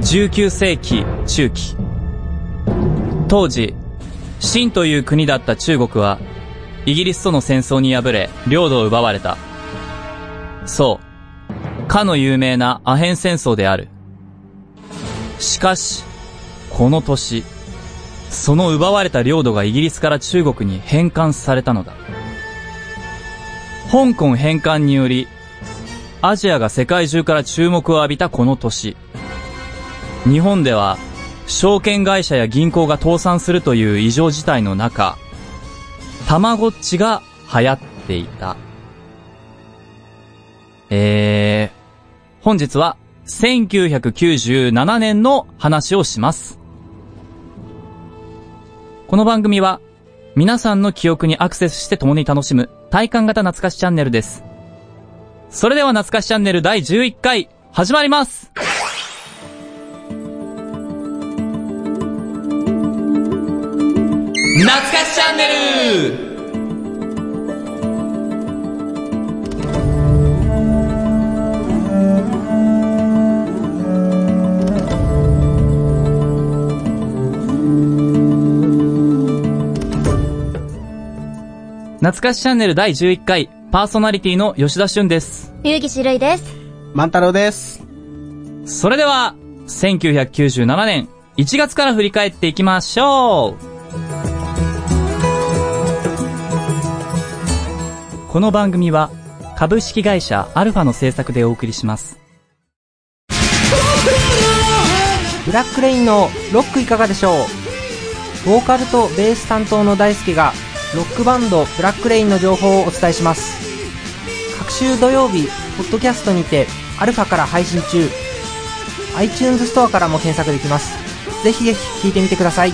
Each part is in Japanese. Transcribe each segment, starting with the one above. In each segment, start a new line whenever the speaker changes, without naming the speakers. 19世紀中期当時秦という国だった中国はイギリスとの戦争に敗れ領土を奪われたそうかの有名なアヘン戦争であるしかしこの年その奪われた領土がイギリスから中国に返還されたのだ香港返還によりアジアが世界中から注目を浴びたこの年日本では証券会社や銀行が倒産するという異常事態の中たまごっちが流行っていたえー、本日は1997年の話をしますこの番組は皆さんの記憶にアクセスして共に楽しむ体感型懐かしチャンネルですそれでは懐かしチャンネル第11回始まります懐かしチャンネル懐かしチャンネル第11回パーソナリティの吉田俊です
ゆうぎしるいです。
万太郎です。
それでは1997年1月から振り返っていきましょうこの番組は株式会社アルファの制作でお送りします
ブラックレインのロックいかがでしょうボーカルとベース担当の大輔がロックバンドブラックレインの情報をお伝えします各週土曜日ポッドキャストにてアルファから配信中 iTunes ストアからも検索できますぜひぜひ聴いてみてください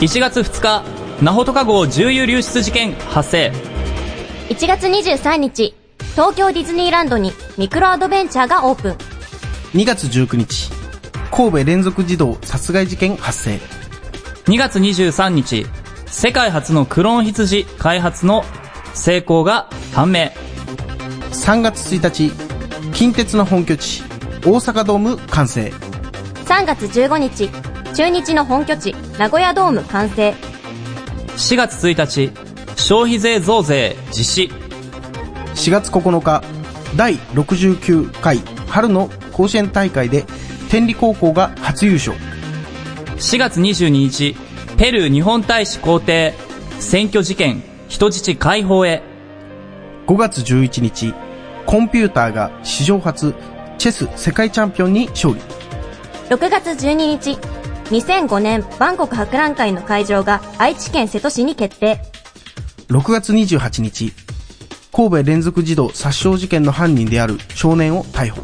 1月2日ナホトカ号重油流出事件発生
1月23日、東京ディズニーランドにミクロアドベンチャーがオープン。
2月19日、神戸連続児童殺害事件発生。
2月23日世界初のクローン羊開発の成功が判明
3月1日、近鉄の本拠地、大阪ドーム完成。
3月15日、中日の本拠地、名古屋ドーム完成。
4月1日消費税増税実施
4月9日、第69回春の甲子園大会で、天理高校が初優勝。
4月22日、ペルー日本大使公邸、選挙事件、人質解放へ。
5月11日、コンピューターが史上初、チェス世界チャンピオンに勝利。
6月12日、2005年バンコク博覧会の会場が愛知県瀬戸市に決定。
6月28日、神戸連続児童殺傷事件の犯人である少年を逮捕。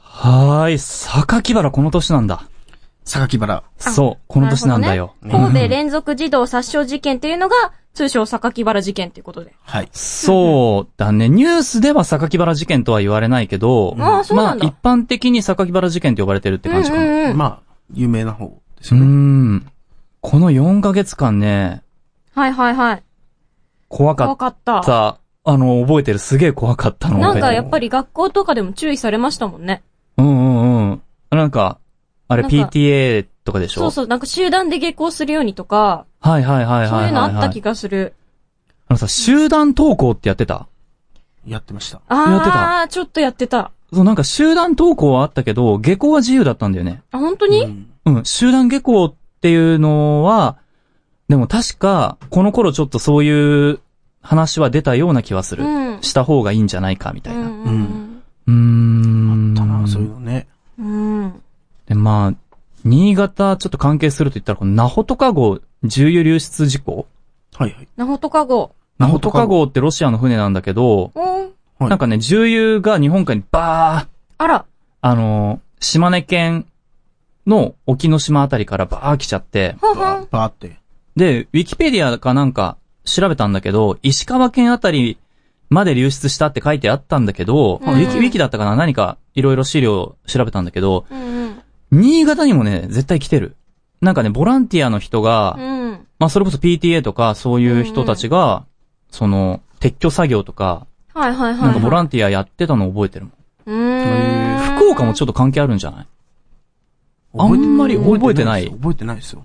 はーい、榊原この年なんだ。
榊原。
そう、この年なんだよ。
なるほどね神戸連続児童殺傷事件っていうのが、通称榊原事件ということで。
はい。
そうだね。ニュースでは榊原事件とは言われないけど、
あーそう
ま
な
あ
んだ
一般的に榊原事件と呼ばれてるって感じかな。う
うん。
まあ、有名な方です
ー
よね。
ん。この4ヶ月間ね、
はいはいはい。
怖か
怖
っ
かった。
た。あの、覚えてる。すげえ怖かったの。
なんか
俺
やっぱり学校とかでも注意されましたもんね。
うんうんうん。なんか、あれ
なんか
PTA とかでしょ
そうそう、なんか集団で下校するようにとか、
はいはいはいはいはい、
そ
は
う
い。
いうのあった気がする。
あのさ、集団登校ってやってた
やってました。
やってた
ああ、ちょっとやってた。
そう、なんか集団登校はあったけど、下校は自由だったんだよね。
あ、本当に、
うん
うん、集団下校っていうのは、でも確か、この頃ちょっとそういう話は出たような気はする。
うん
した方がいいんじゃないか、みた
う
いな。うんーん。
だな、そういうのね。
うん。うん。
で、まあ、新潟ちょっと関係すると言ったら、このナホトカ号重油流出事故
はいはい。
ナホトカ号。
ナホトカ号ってロシアの船なんだけど、
うん。
はい
なんかね、重油が日本海にバーッ
あら。
あの、島根県の沖ノ島あたりからバー来ちゃって、
はは。
バーって。
で、ウィキペディアかなんか調べたんだけど、石川県あたりまで流出したって書いてあったんだけど、
うん
ウィキ、ウィキだったかな何かいろいろ資料を調べたんだけど、
うん
新潟にもね、絶対来てる。なんかね、ボランティアの人が、
うん。うん。
まあそれこそ PTA とかそういう人たちが、その、撤去作業とか、
はいはいはい。
なんかボラ
ン
ンティアやってたの覚えてるもん。
うーん。
福岡もちょっと関係あるんじゃないあんまり覚えてない
覚えてないですよ。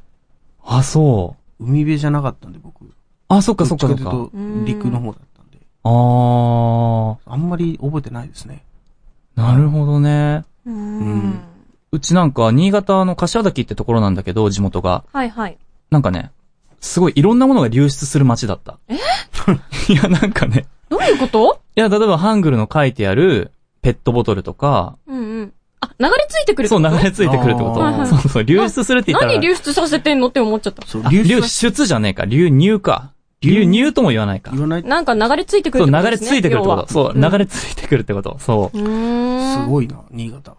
あ、そう。
海辺じゃなかったんで、僕。
あ、そっかそっかそ
どっ
っ
ち
か。
というと陸の方だったんで。
あー、
あんまり覚えてないですね。
なるほどね。
うー
うん
ん。
うちなんか、新潟の柏崎ってところなんだけど、地元が。
はいはい。
なんかね、すごいいろんなものが流出する街だった。え いや、なんかね。
どういうこと
いや、例えばハングルの書いてあるペットボトルとか、
うんうん。あ、流れ着いてくるって
そ
こ
う
と
流れ着いてくるってこ
あー
と。そうそう、流出するって言ったら。
何流出させてんのって思っちゃった。
そう
あ、
流出
流
は
出じゃねえか。流入か。流入とも言わないか
言。わない。
なんか流れ着いてくる
そ
っ
う、
てこ
流
とで
れ
す
着
ね。
いてくるってこと。そう、
要は
流れ着いてくるってこと。そう
う。ーん。
すごいな、新潟。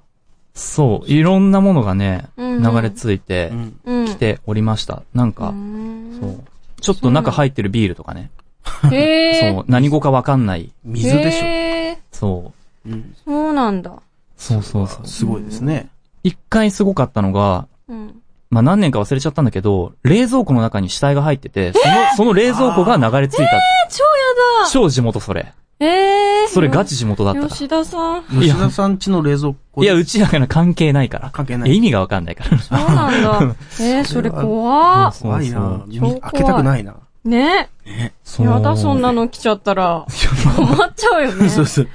そう、いろんなものがね、
うんうん
流れ着いて
うん。
うん。
きておりました。なんか
うー、ん
そう。ちょっと中入ってるビールとかね。
へえ。
そう、何語かわかんない。
水でしょ。
へー
そう。
うん。
そうなんだ。
そうそうそう。
すごいですね。
一回すごかったのが、
うん。
まあ、何年か忘れちゃったんだけど、冷蔵庫の中に死体が入ってて、その、その冷蔵庫が流れ着いた。
超
超地元それ。
やだええ。
それガチ地元だったから。
吉田さん。
いや
吉田さん家の冷蔵庫
いや、うちだから関係ないから。
関係ない
や意味がわかんないから。
そう なんだ。えー、それ怖っ
そう
怖い
そう
な。み
超怖い
開けたくないな。
ね
ね。
そう
やだ、そんなの来ちゃったら。困っちゃうよね。
そうそう。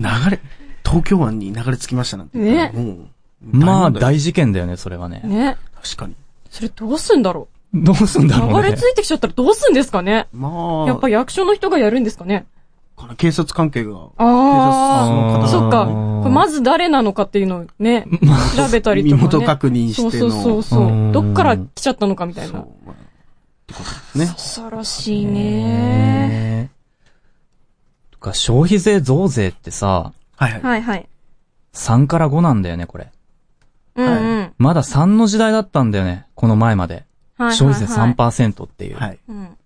流れ、東京湾に流れ着きましたなんて。
ね
もう。
まあ、
問題。
大事件だよね、それはね。
ね。
確かに。
それどうすんだろ
どうすん
う
だろう
流
ね
れ着。いてきちゃったらどうすんですかね
まあ、
やっぱ役所の人がやるんですかね
この警察関係
あ
が、
警
あ。
察
そっ
あ
か。
ー
これまず誰なのかっていうのをね、調べたり
身
とか、ね。
元確認して
そう
の。
そうそうそ
うん
う。どっから来ちゃったのかみたい
そ
な
う。まあってことですね。
恐ろしいね。
ねとか、消費税増税ってさ、
はいはい。
はいはい。
3から5なんだよね、これ。
うんうん。はい
まだ3の時代だったんだよね、この前まで。
はいはい
消費税。3%っていう。
はい。
うん。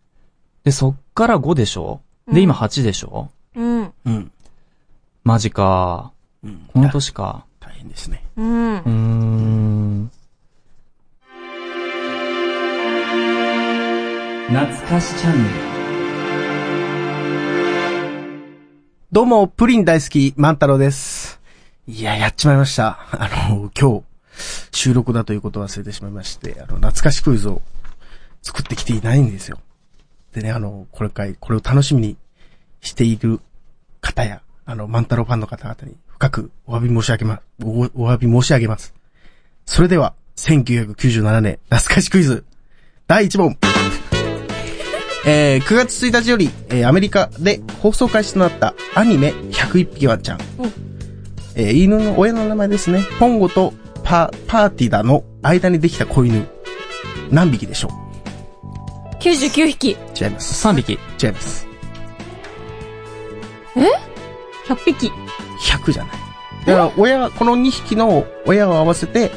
で、そっから5でしょ
うん
で、今8でしょ
うん。
うん。
マジか。
うん。
この年か。
大変ですね。
うん
うー。ん。懐かしチャンネル。
どうも、プリン大好き、万太郎です。いや、やっちまいました。あの、今日、収録だということを忘れてしまいまして、あの、懐かしクイズを作ってきていないんですよ。でね、あの、これ回、これを楽しみにしている方や、あの、万太郎ファンの方々に深くお詫び申し上げま、お、お詫び申し上げます。それでは、1997年、懐かしクイズ、第1問。えー9月1日より、えーアメリカで放送開始となったアニメ101匹ワンちゃん。
うん
えー犬の親の名前ですね。ポンゴとパ、パーティダの間にできた子犬。何匹でしょ
99匹。
う違います。
3匹。
違います。
100匹。
100じゃない。だから、親、この2匹の親を合わせて、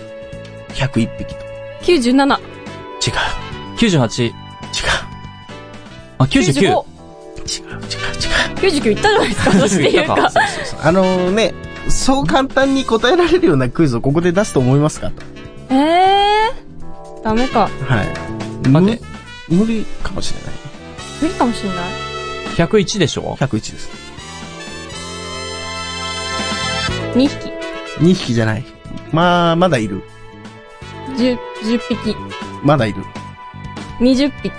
101匹と。
97。
違
98。
う。
あ、99。。
違う。違う。違う。違う。
99いったじゃないですか、私っていう
いった
か。
か
そうあのーね、そう簡単に答えられるようなクイズをここで出すと思いますかと。
えー。ダメか。
はい。
待って
無無理かもしれない。
無理かもしれない。
101でしょ。
101です。
2匹。
2匹じゃない。まあ、まだいる。
10、10匹。
まだいる。
20匹。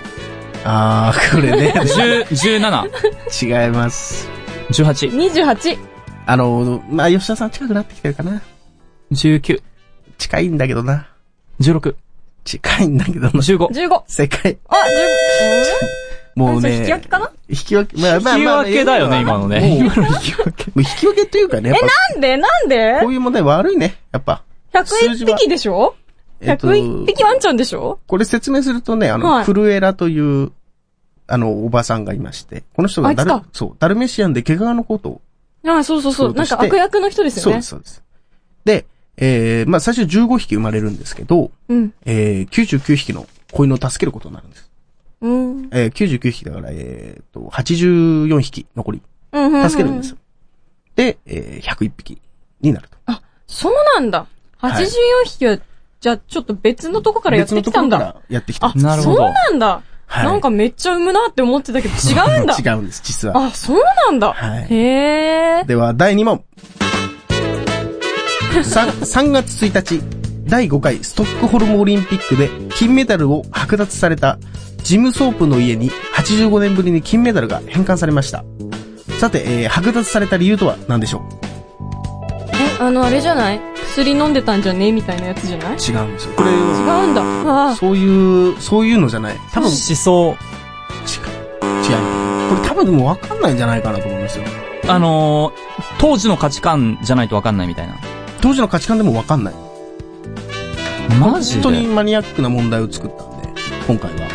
あー、これね
10 ?17。
違います。
18。
28。
あの、まあ、吉田さん近くなってきてるかな。
19。
近いんだけどな。
16。
近いんだけどな。
15。
15。
世界。
あ、10、
も
う。
うん
そ
ね。
れ引き分けかな
引き分け、まあまあ
引き
まあまあ
分けだよね、今のね。
もう
今の引き分け。
もう引き分けというかね。やっぱ
なんでなんで
こういう問題悪いね。やっぱ。数字
?101
は
匹でしょ
えっと
?101 匹ワンちゃんでしょ
これ説明するとね、あの、
はい
フルエラという、あの、おばさんがいまして、この人
あ
が
いつ
ダ
か
ル、そう、ダルメシアンで毛皮のことを、
あ、そうそうそ
そう
う。
と
なん
して
か悪役の人です
そう
よ
で
ね
す、。そうです。で、えー、まあ、最初15匹生まれるんですけど、
うん。
えー、99匹の子犬を助けることになるんです。
うん。
えー、99匹だから、えー、と、84匹残り、
うん。
助けるんですよ。で、えー、101匹になると。
そうなんだ。84匹は、じゃあちょっと別のとこからやってきたんだ。
別のところからやってきた
あ
んです。
なるほど
そうなんだ。
はい。
なんかめっちゃ産むなって思ってたけど、違うんだ
違うんです、実は。
あ、そうなんだ。
はい
へえ。
では、第2問。3, 3月1日、第5回ストックホルムオリンピックで金メダルを剥奪されたジム・ソープの家に85年ぶりに金メダルが返還されました。さて、えー剥奪された理由とは何でしょう
え、あの、あれじゃない薬飲んでたんじゃねみたいなやつじゃない
違うんですよ。これ、
違うんだ。ああ。
そういう、そういうのじゃない。多分、違う。
思想。
違う。これ多分でも分かんないんじゃないかなと思いますよ。
あのー、当時の価値観じゃないとわかんないみたいな。
当時の価値観でも分かんない。
マジ
本当に
で
マニアックな問題を作ったんで、今回は。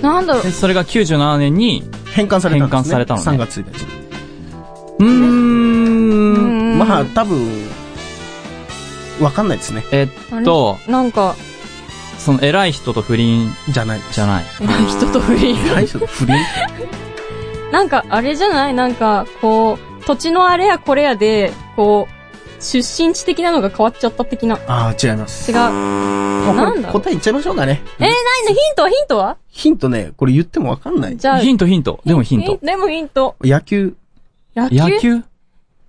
なんだろう
で。それが97年に、
返還されたんで
返還
すね。
されたのね
3月1日に。
うーん、
うん
まあ、多分、わかんないですね。
えっと、
なんか、
その偉い人と不倫
じゃない。
じゃない。
偉い人と不倫。
はい、ちょっと不倫
なんか、あれじゃないなんか、こう、土地のあれやこれやで、こう、出身地的なのが変わっちゃった的な。
ああ、違います。
違う。え、な
もうこれ
なんだ
答え言っちゃいましょうかね。
えいのヒントはヒントは
ヒントね、これ言ってもわかんない。
じゃあ、
ヒントヒント。でもヒント。
でもヒント。
野球
野球
野球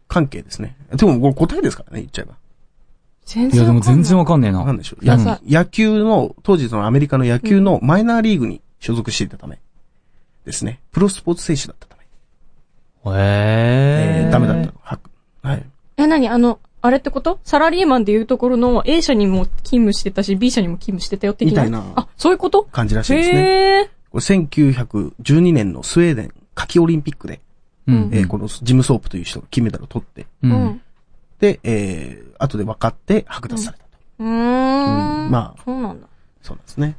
関係ですね。でも、これ答えですからね、言っちゃえば。
全
い
然
や
わか
で
ん
も
ない。
全然わかんねえ
わか。
なん
ないでしょ。
や
や
うん
さ
野球の、当時そのアメリカの野球のマイナーリーグに所属していたため、ですね。プロスポーツ選手だったため。
え
えー、ダメだった。の。ははい。
え、なにあの、あれってことサラリーマンでいうところの A 社にも勤務してたし、B 社にも勤務してたよ的な。
みたいな
あ、そういうこと
感じらしいですね。
へえ。
これ1912年のスウェーデン夏季オリンピックで、
うん。
えーこのジム・ソープという人が金メダルを取って、
う
うんん。。
で、えー、後で分かって剥奪されたと。
うーん。
まあ、
そうなんだ。
そうなんですね。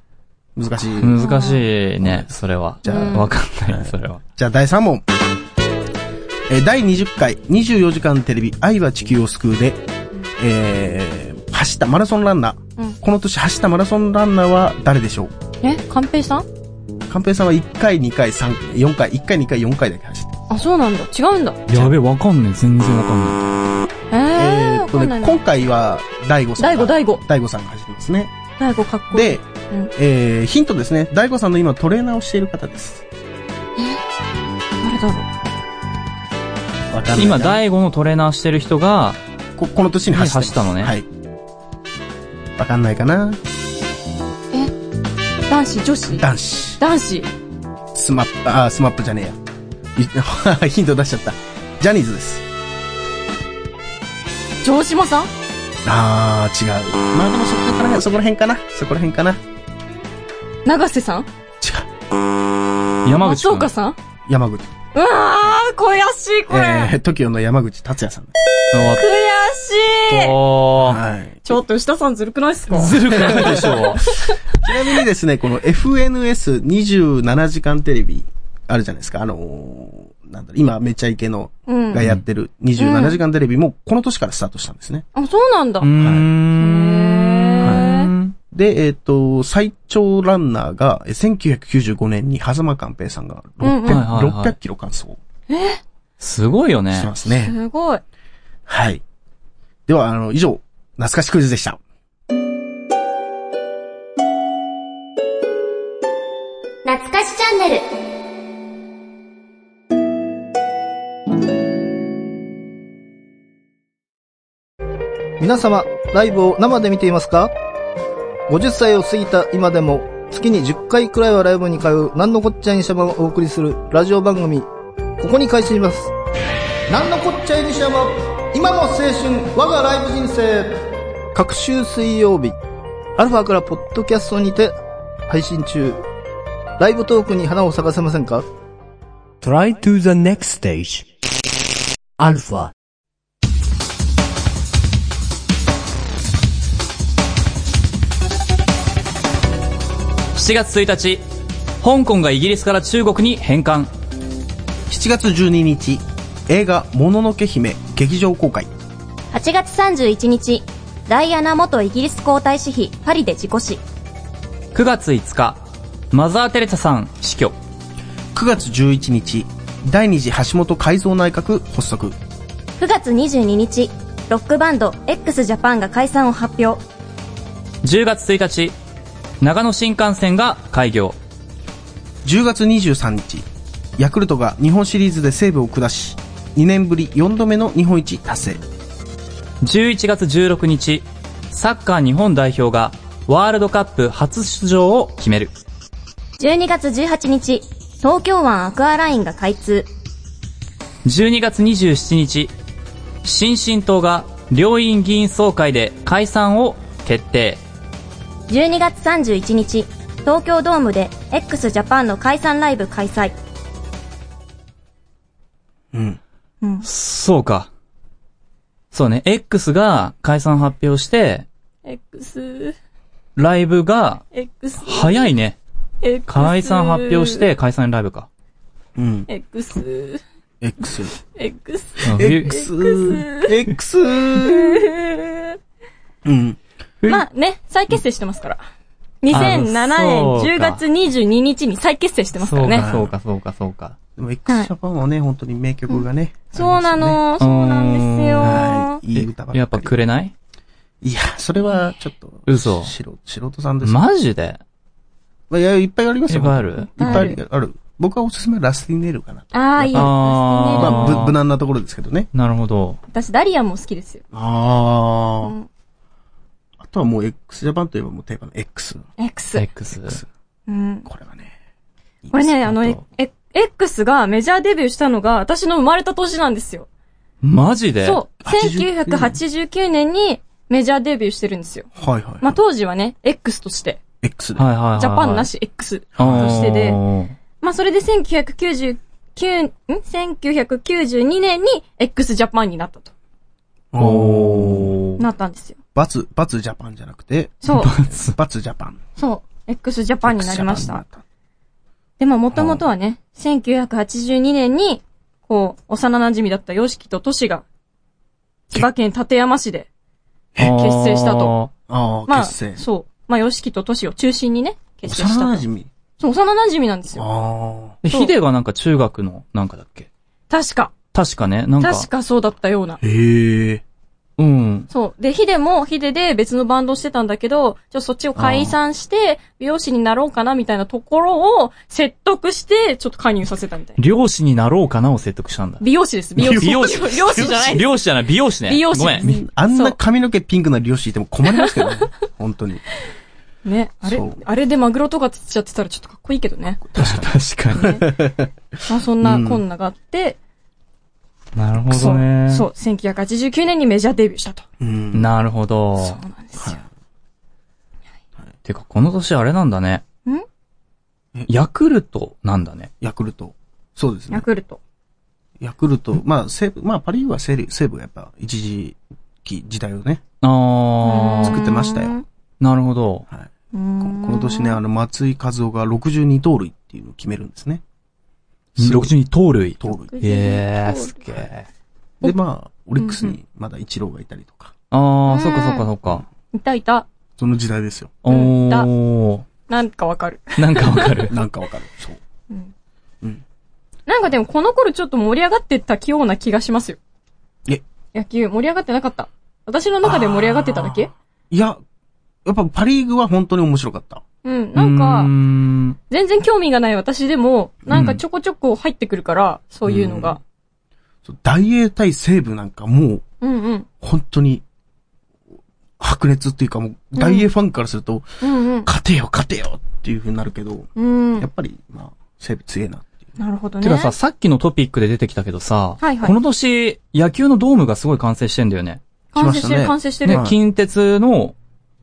難しい。
難しいね、それは。
じゃあ
わかんない、それは。
じゃあ第3問。えー第20回24時間テレビ愛は地球を救うで、えー、走ったマラソンランナー。
うん
この年走ったマラソンランナーは誰でしょう
え、寛平さん
寛平さんは1回、2回、3、4回、1回、2回、4回だけ走って。
あ、そうなんだ。違うんだ。
やべえ、わかんねえ。全然わかんない。
ええー、
ー
わ
っと
かんない
ね、
な。
今回は大悟さ
大
ん
悟、
が。
大悟。
大悟さんが走ってますね。
大悟かっこいい。
で、
うん
えー、ヒントですね。大悟さんの今トレーナーをしている方です。
誰だろ
わかんない
今、大悟のトレーナーしてる人が、
こ、この年に走ってます
走ったのね
はい。わかんないかな
う。男子、女子
男子。
男子。
スマップ、あー、スマップじゃねえや。い ヒント出しちゃった。ジャニーズです。
城島さん
あー、違う。まあでもそこから、そこら辺かな。そこら辺かな。違う。
長瀬さん
山口
松
くん
岡。さん
山口。
うわー、悔しい、これ。
えー、TOKIO の山口達也さんです。
終わっ
悔しい。
た
はい。
ちょっと、下さんずるくないっすか
ずるくないでしょ。
ちなみにですね、この FNS27 時間テレビ、あるじゃないですか。あのー、なんだろう、今、めちゃイケの、
うん
が。やってる27時間テレビも、この年からスタートしたんですね。
あ、そうなんだ。
うーん。
で、えっ、と、最長ランナーが、えー1995年に、狭間寛平さんが600、
うんうんはい
はいはい
600キロ完走し
すごいよね。
ますね。
すごい。
はい。では、あの、以上、懐かしクイズでした。
懐かしチャンネル。
皆様、ライブを生で見ていますか ?50 歳を過ぎた今でも、月に10回くらいはライブに通う、なんのこっちゃいにしゃばをお送りするラジオ番組、ここに開始します。なんのこっちゃいにしゃば、今の青春、我がライブ人生。各週水曜日、アルファからポッドキャストにて配信中。ライブトークに花を咲かせませんか
Try to the next stage. Alpha.
7月1日、香港がイギリスから中国に返還。
7月12日、映画、もののけ姫、劇場公開。
8月31日、ダイアナ元イギリス皇太子妃、パリで事故死。
9月5日、マザー・テレサさん死去。
9月11日、第二次橋本改造内閣発足。
9月22日、ロックバンド x ジャパンが解散を発表。
10月1日、長野新幹線が開業。
10月23日、ヤクルトが日本シリーズで西武を下し、2年ぶり4度目の日本一達成。
11月16日、サッカー日本代表がワールドカップ初出場を決める。
12月18日、東京湾アクアラインが開通。
12月27日、新進党が両院議員総会で解散を決定。
12月31日、東京ドームで x ジャパンの解散ライブ開催。
そうか。そうね、X が解散発表して、
X、
ライブが
X、
早いね。
X。
解散発表し。て解散ライブか。
うん。
X、
X。
X。
うん冬
X。X。うん。
まあね、再結成してますから。2007
そう
年10
か
月22日に再結成してますか
そ
らね。
うか、そうか、そうか、そうか。
でも X ジャパンはね、本当に名曲がね。
そうな
あ
の、そうなんです
り
よ。
ますよね。はい。いい歌ばっかり。
やっぱくれない
いや、それはちょっと。
嘘
素人素人さんです。
マジで
まあ、いや、いっぱいあります
いっ
よ。
ぱいある
いっぱいある。ある僕はおすすめはラスティネールかなと。
ああ、いいですね。
あー
まあ、ぶ無難なところですけどね。
なるほど。
私、ダリアンも好きですよ。
ああ、
うん
あとはもう x ジャパンといえばもう定番の X。
X。
X。
うん。
これはね。
これね、
あ
あ
と
の、え、え X がメジャーデビューしたのが、私の生まれた年なんですよ。
マジで
そう。
89
1989年にメジャーデビューしてるんですよ。
はいはい。
まあ、当時はね、X として、
X で。
はいはいはいはい。
ジャパンなし X
あー。
としてで、まあ、それで1999、ん ?1992 年に X ジャパンになったと。
おー。
なったんですよ。
バツ、バツジャパンじゃなくて、
そう。
バツジャパン。
そう。X ジャパンになりまし
X ジャパン
た
に。なっ。
でも、もともとはね、1982年に、こう、幼馴染だったヨシキとトシが、千葉県館山市で、結成したと。
ああ、
まあ、
結成。
そう。まあ、ヨシキとトシを中心にね、結成した
幼馴
と。
染。
そう、幼馴染なんですよ。
あ
で、
そう
ヒデがなんか中学の、なんかだっけ
確か。
確かね、なんか。
確かそうだったような
あ。。へえ。
うん。
そう。で、ヒデもヒデで別のバンドしてたんだけど、ちょ、そっちを解散して、美容師になろうかなみたいなところを説得して、ちょっと加入させたみたいな。
漁師になろうかなを説得したんだ。
美容師です、美容師。
美容師
美容師じゃないです。
漁師じゃない、美容師ね。
美容師
ごめん。
みあんな髪の毛ピンクな漁師いても困りますけど ね。本当に。
ね、あれ
そう、
あれでマグロとか釣っちゃってたらちょっとかっこいいけどね。
確か
まあそんなこんながあって、
に。なるほ
そ
どね
う、。そう、1989年にメジャーデビューしたと。
うん。
なるほど。
そうなんですよ。
てか、この年あれなんだね。
ん
ヤクルトなんだね。
ヤクルト。そうです
ヤ
ね。
クルト。
ヤクルト。まあ、西武、まあ、パリーグは西武西武がやっぱ一時期時代をね、
あ
作ってましたよ。
ー、なるほど。
はい。
こ
ここの年ね、あの、松井和夫が62盗塁っていうのを決めるんですね。すごい
62盗塁。
盗塁。
えー、すげえ。
で、まあ、オリックスにまだ一郎がいたりとか、
あ
う
ー、
ん
そっかそっかそっか。
いたいた。
その時代ですよ。
お
うんだ
ー。
なんかわかる。
なんかわかる。
なんかわかる。そう。
なんかでもこの頃ちょっと盛り上がってたような気がしますよ。
え
野球盛り上がってなかった。私の中で盛り上がってただけ
いや、やっぱパリーグは本当に面白かった。
うん、なんか
うー、ん
全然興味がない私でも、なんかちょこちょこ入ってくるから、そういうのが。
そう大英対西武なんかもう、
うんうん。
本当に、白熱っていうかもう、大英ファンからすると、
うんうん。
勝てよ勝てよっていう風になるけど、
うん
やっ。ぱり、まあ、西武強えなっていう。
なるほどね。
てかさ、さっきのトピックで出てきたけどさ、
はいはい
この年、野球のドームがすごい完成してんだよね。
完成してる、
来ま
完成して
で
る。
はい
近鉄の、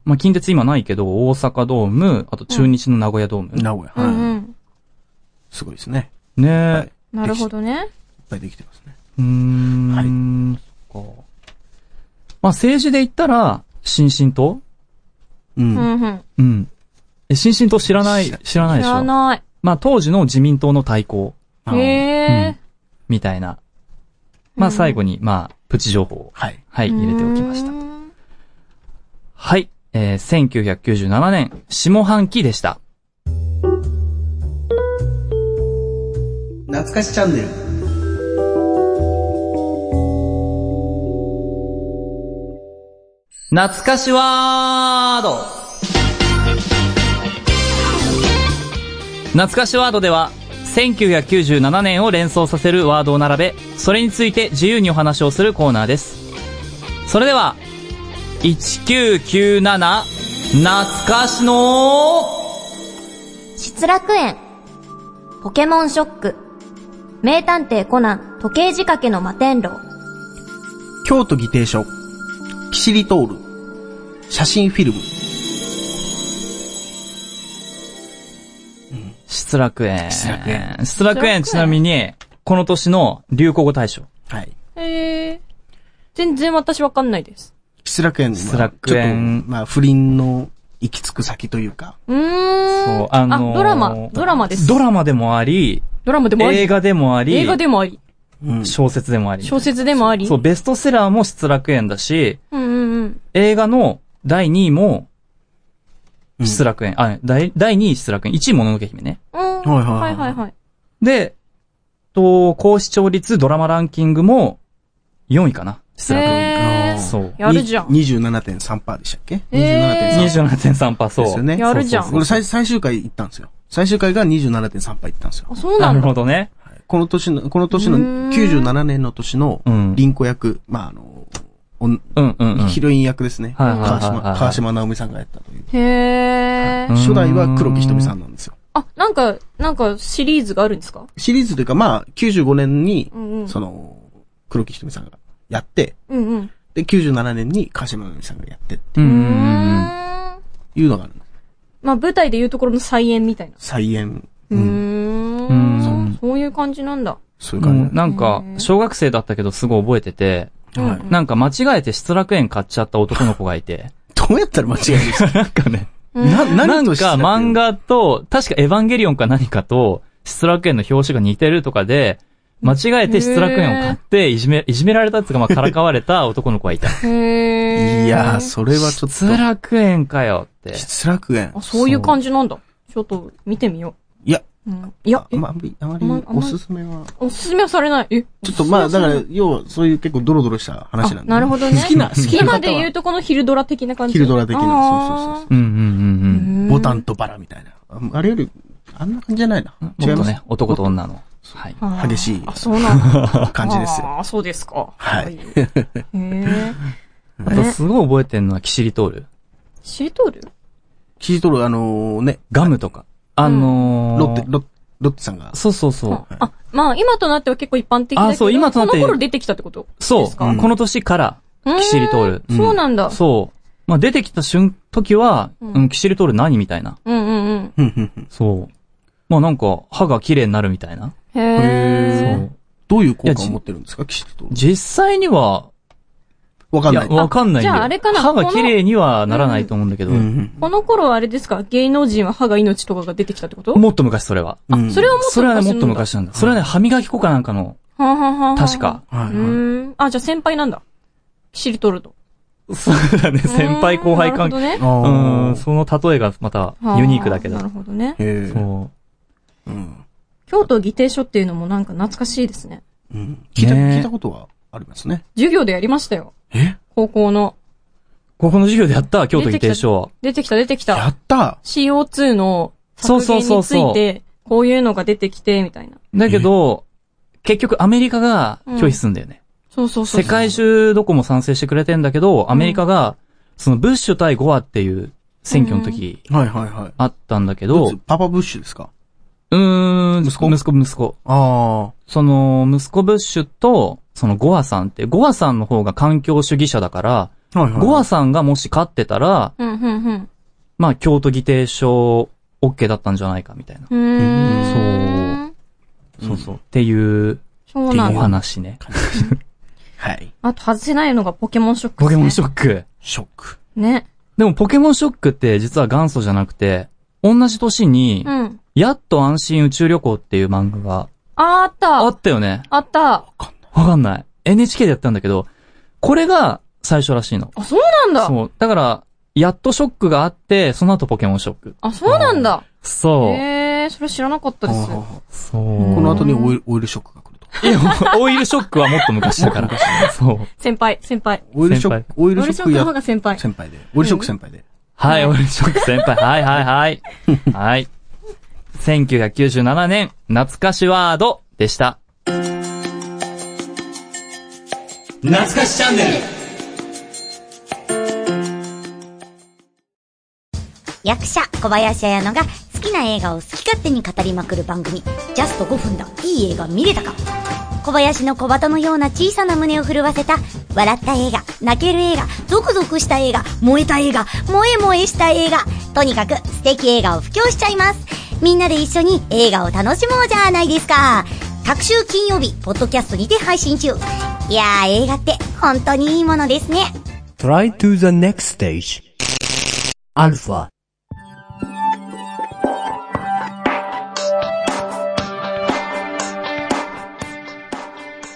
まあ、近鉄今ないけど、大阪ドーム、あと中日の名古屋ドーム。
名古
う
屋。
んう
はい。
ん。
すごいですね。
ねえ、
はい。いっ
なるほどね。
ぱいできてますね。
うーん、そっか。まあ、政治で言ったら、新進党
う。
うんんうん。
うん。え、新進党知らない
知ら、
知らない
知
でし
ら
ょ
ない。
まあ、当時の自民党の対抗、
あの
へえ。
みたいな。まあ、最後に、まあ、プチ情報を、
はい。
はい、入れておきました
う。ん
はい。えー、1997年、下半期でした。
懐かしチャンネル。
懐かしワード懐かしワードでは、1997年を連想させるワードを並べ、それについて自由にお話をするコーナーです。それでは、1997懐かしの
失楽園。ポケモンショック。名探偵コナン、時計仕掛けの摩天楼。
京都議定書。キシリトール。写真フィルム。
失楽園。
失楽園
失楽園ちなみに、この年の流行語大賞。
はい。
えー。全然私わかんないです。
失楽園。まあ
失楽園
ちょっと、まあ、不倫の行き着く先というか。
うーん。
そう、あのー
ドラマ、ドラマです。
ド
ド
ラマでもあり、
ラマでもあり。
映画でもあり、
映画でもあり。
うん。
小説でもあり。
小説でもあり。
そう、ベストセラーも失楽園だし、
うんうんうん。
映画の第2位も、
うん
失楽園、あ、第、第2位失楽園、1位もののけ姫ね。
うん。
はいは
はいい
は
はいいはい。
で、と、高視聴率ドラマランキングも、4位かな。失楽園。
へー
そう。
やるじゃん。
に27.3%でしたっけ
えー
27.3%、そう。
ですよね
やるじゃん
そう
俺
そう
最最終回行ったんですよ。最終回が27.3%行ったんですよ。
あ、そう
な
な
る
んだ。
ほどね。
この年の、この年
う
の
ーん
97年の年の
うん
凛子役、まああの、おん
うんうんうん。
ヒロイン役ですね。
はいはいはいは
川
い
島、川島直美さんがやったという。
へえ。
うん
初代は黒木ひとみさんなんですよ。
あ、なんか、なんかシリーズがあるんですか
シリーズというかまあ、95年に
う、んうん。
その、黒木ひとみさんがやって、
うんうん。
で、97年に川島直美さんがやってっ
うんう
うん
うんうん。
ん。
ていうのがあるんです
まあ舞台で言うところの再演みたいな。
再演。
うー
うん
ん。そうそういう感じなんだ。
そういう感
うんなんか、小学生だったけどすごい覚えてて、
じ。はい。
なんか間違えて失楽園買っちゃった男の子がいて。
どうやったら間違えるんですか
なんかね、な
な、
ん
何
か
としてだって
漫。画と、確かエヴァンゲリオンか何かと、失楽園の表紙が似てるとかで、間違えて失楽園を買って、いじめ、いじめられたっていうか、まあ、からかわれた男の子がいた。
へえ。
いやー、それはちょっと。
失楽園かよって。
失楽園
あ、。そういう感じなんだ。ちょっと見てみよ
いや、
う。うん。いや
あ、まり、あまり
あんまり
おすすめは。
おすすめはされない。え
ちょっとまあ、だか、
お
ら
すす、
要はそういう結構ドロドロした
めはさ
話な
れ
ん
いあ
で。
なるほどね。
好き な、好きな方は。
今で言うとこの昼ドラ的な感じ。
昼ドラ的な
あー
そうそうそう
うんう
う
ん
ん
ボタンとバラみたいな。ああれより、あんな感じじゃないな。
うんうん。もっ
違い
と
ます
ね、男と女の。はい。
あー
激しい
あ、そうなんだ。
感じですよ。
ああ、そうですか。
はい
へえ。
あと、すごい覚えてるのは、キシリトール。
シートール
キジトロ、あのーね、
ガムとか。あのー、
ロッテ、ロッテ、ロッテさんが、
そうそうそう。
あ、まあ、今となっては結構一般的だけど。
あそう今となって
この頃出てきたってこと
そ
です
う、
か
この年から、キシリトール。
うーんそうなんだ。
そう。まあ、出てきた瞬、時は、
うん
うん、キシリトール何みたいな。
うんうんうん。
ふんふんふん
そう。まあ、なんか、歯が綺麗になるみたいな。
へ
そ
え。
う。
どういう効果を持ってるんですか、キシトロ。
実際には、
わかん
い
な
や、
い。
わかんないんだよ
じゃああれかな
歯が
この
綺麗にはならないと思うんだけど、
うん
この頃はあれですか芸能人は歯が命とかが出てきたってこと
もっと昔それは。
うん
それはもっと昔
それはね、もっと
なんだ。
昔なんだ。それはね、歯磨き粉かなんかの、
はんはんはんはん
確か。。
う
はいはい。
ーん。あ、じゃあ先輩なんだ。キシリトールと。
そうだね、先輩後輩関
係。
係。
なるほ
う
あ
ん、
ー
その例えがまた
どね
ユニークだけど
はあ。なるほどね。
へえ。
そ
うん
京都議定書っていうのもなんか懐かしいですね。
うん聞いた、
ねえ
聞いたことはありますね。
授業でやりましたよ。
え
高校の。
う。ここの授業でやった、京都議定書は。
出てきた出てき
や
た。
ったー
CO2 の
そう
削
そう
減
そう
につ
そう
いて、こういうのが出てきて、みたいな。
だけど、結局アメリカが拒否すんだよね。
そうそうそう。
世界中どこも賛成してくれてんだけど、アメリカが、そのブッシュ対ゴアっていう選挙の時
はいはいはい。
あったんだけど、
どうパパブッシュですか
うーん、息子息子、息子。
ああ。
その、息子ブッシュと、そのゴアさんって、ゴアさんの方が環境主義者だから、
はいはい。
ゴアさんがもし勝ってたら、
うん、うん、うん。
まあ、京都議定書 OK だったんじゃないかみたいな。
うーん。
そうそう。っていう、
そう
お
なんだ。
話ね。
はい。
あと外せないのがポケモンショック、ね。
ポケモンシ
ョッ
ョック。
ショック。
ク。ね。
でもポケモンショックって実は元祖じゃなくて、同じ年に、
うん。
やっと安心宇宙旅行っていう漫画が
あ、あった。
あ
あ
ったよね。
った。
わかんない。NHK でやったんだけど、これが最初らしいの。
あ、そうなんだ。
そう。だから、やっとショックがあって、その後ポケモンショック。
あ、そうなんだ。
そう。
へえ、それ知らなかったです。
そう。
この後にオイル、オイルショックが来ると。
い や、オイルショックはもっと昔 だから。そう。
先輩、先輩。
オイルショック
先、
オイルシ
俺
ョ
ショ
ック
ック
や
の方が先輩。
先輩で。オイルショック先輩で。
はい、オイルショック先輩。はい、はい、はい。はい。 1997年、懐かしワードでした。
懐かしチャンネル
役者小林彩乃が好きな映画を好き勝手に語りまくる番組ジャスト5分だいい映画見れたか小林の小鳩のような小さな胸を震わせた笑った映画泣ける映画ゾクゾクした映画燃えた映画萌え萌えした映画とにかく素敵映画を布教しちゃいますみんなで一緒に映画を楽しもうじゃないですか各週金曜日ポッドキャストにて配信中いやー映画って本当にいいものですね
Try to the next stage. Alpha.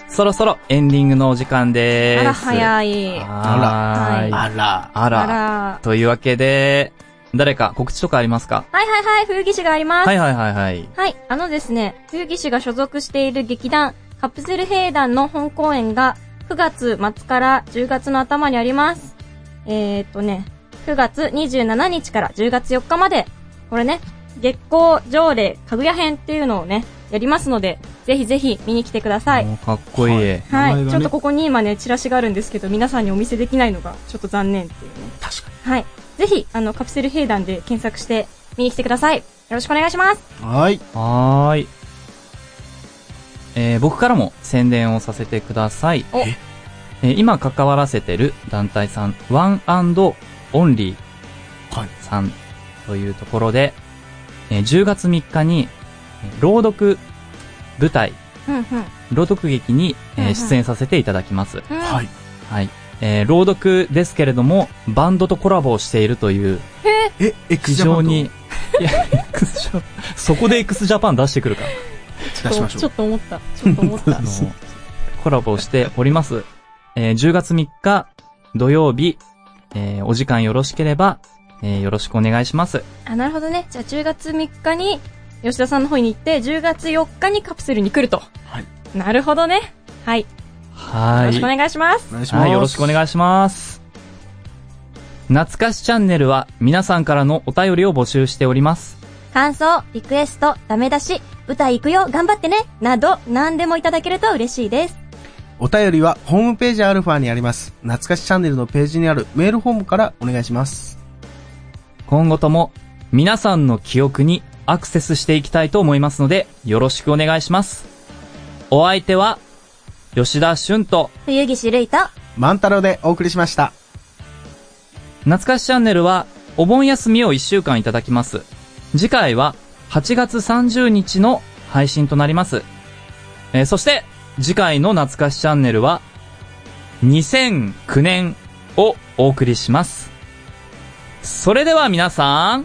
そろそろエンディングのお時間でー
あ
す。
ら、早い。
はーい。
あら。
あ
あ
ら。
ら。
というわけで、誰か告知とかありますか
はいはいはい、冬木市があります。
はいはいはいはい。
はい、あのですね、冬木氏が所属している劇団、カプセル兵団の本公演が、9月末から10月の頭にあります。えー、っとね、9月27日から10月4日まで、これね、月光条例かぐや編っていうのをね、やりますので、ぜひぜひ見に来てください。
もうかっこいい。
はい、
名前がね
ちょっとここに今ね、チラシがあるんですけど、皆さんにお見せできないのが、ちょっと残念っていうね。
確か
はい。ぜひ、あの、カプセル兵団で検索して、見に来てください。よろしくお願いします。
に。はい。
はーい。えー僕からも宣伝をさせてください。
お
えー今関わらせてる団体さん、ワンオンリ
はい
ーさんというところで、えー10月3日に、えー朗読舞台、
うんうん。
朗読劇に、
うん
えー
うん
出演させていただきます。
うん
はい。
はい。えー朗読ですけれども、バンドとコラボをしているという、
え、X
非
ジャパン
常
と
に、いや、X ジャパン、そこで X ジャパン出してくるか。
出しまし
ち
ょ
ょ
う。
っと思った。ちょっと思った
あ の。、コラボをしております。えー10月3日土曜日、えーお時間よろしければ、えーよろしくお願いします。
あ、なるほどね。じゃあ10月3日に吉田さんの方に行って、10月4日にカプセルに来ると。
はい。
なるほどね。はい。
は
よろ
い。
しくお願いします。
お願いします。
はい、よろしくお願いします。懐かしチャンネルは皆さんからのお便りを募集しております。
感想、リクエスト、ダメ出し、舞台行くよ、頑張ってね、など、何でもいただけると嬉しいです。
お便りはホームページアルファにあります。懐かしチャンネルのページにあるメールフォームからお願いします。
今後とも皆さんの記憶にアクセスしていきたいと思いますので、よろしくお願いします。お相手は、吉田俊と、
冬岸るいと、
万太郎でお送りしました。
懐かしチャンネルはお盆休みを1週間いただきます。次回は8月30日の配信となります。えーそして次回の懐かしチャンネルは2009年をお送りします。それでは皆さん、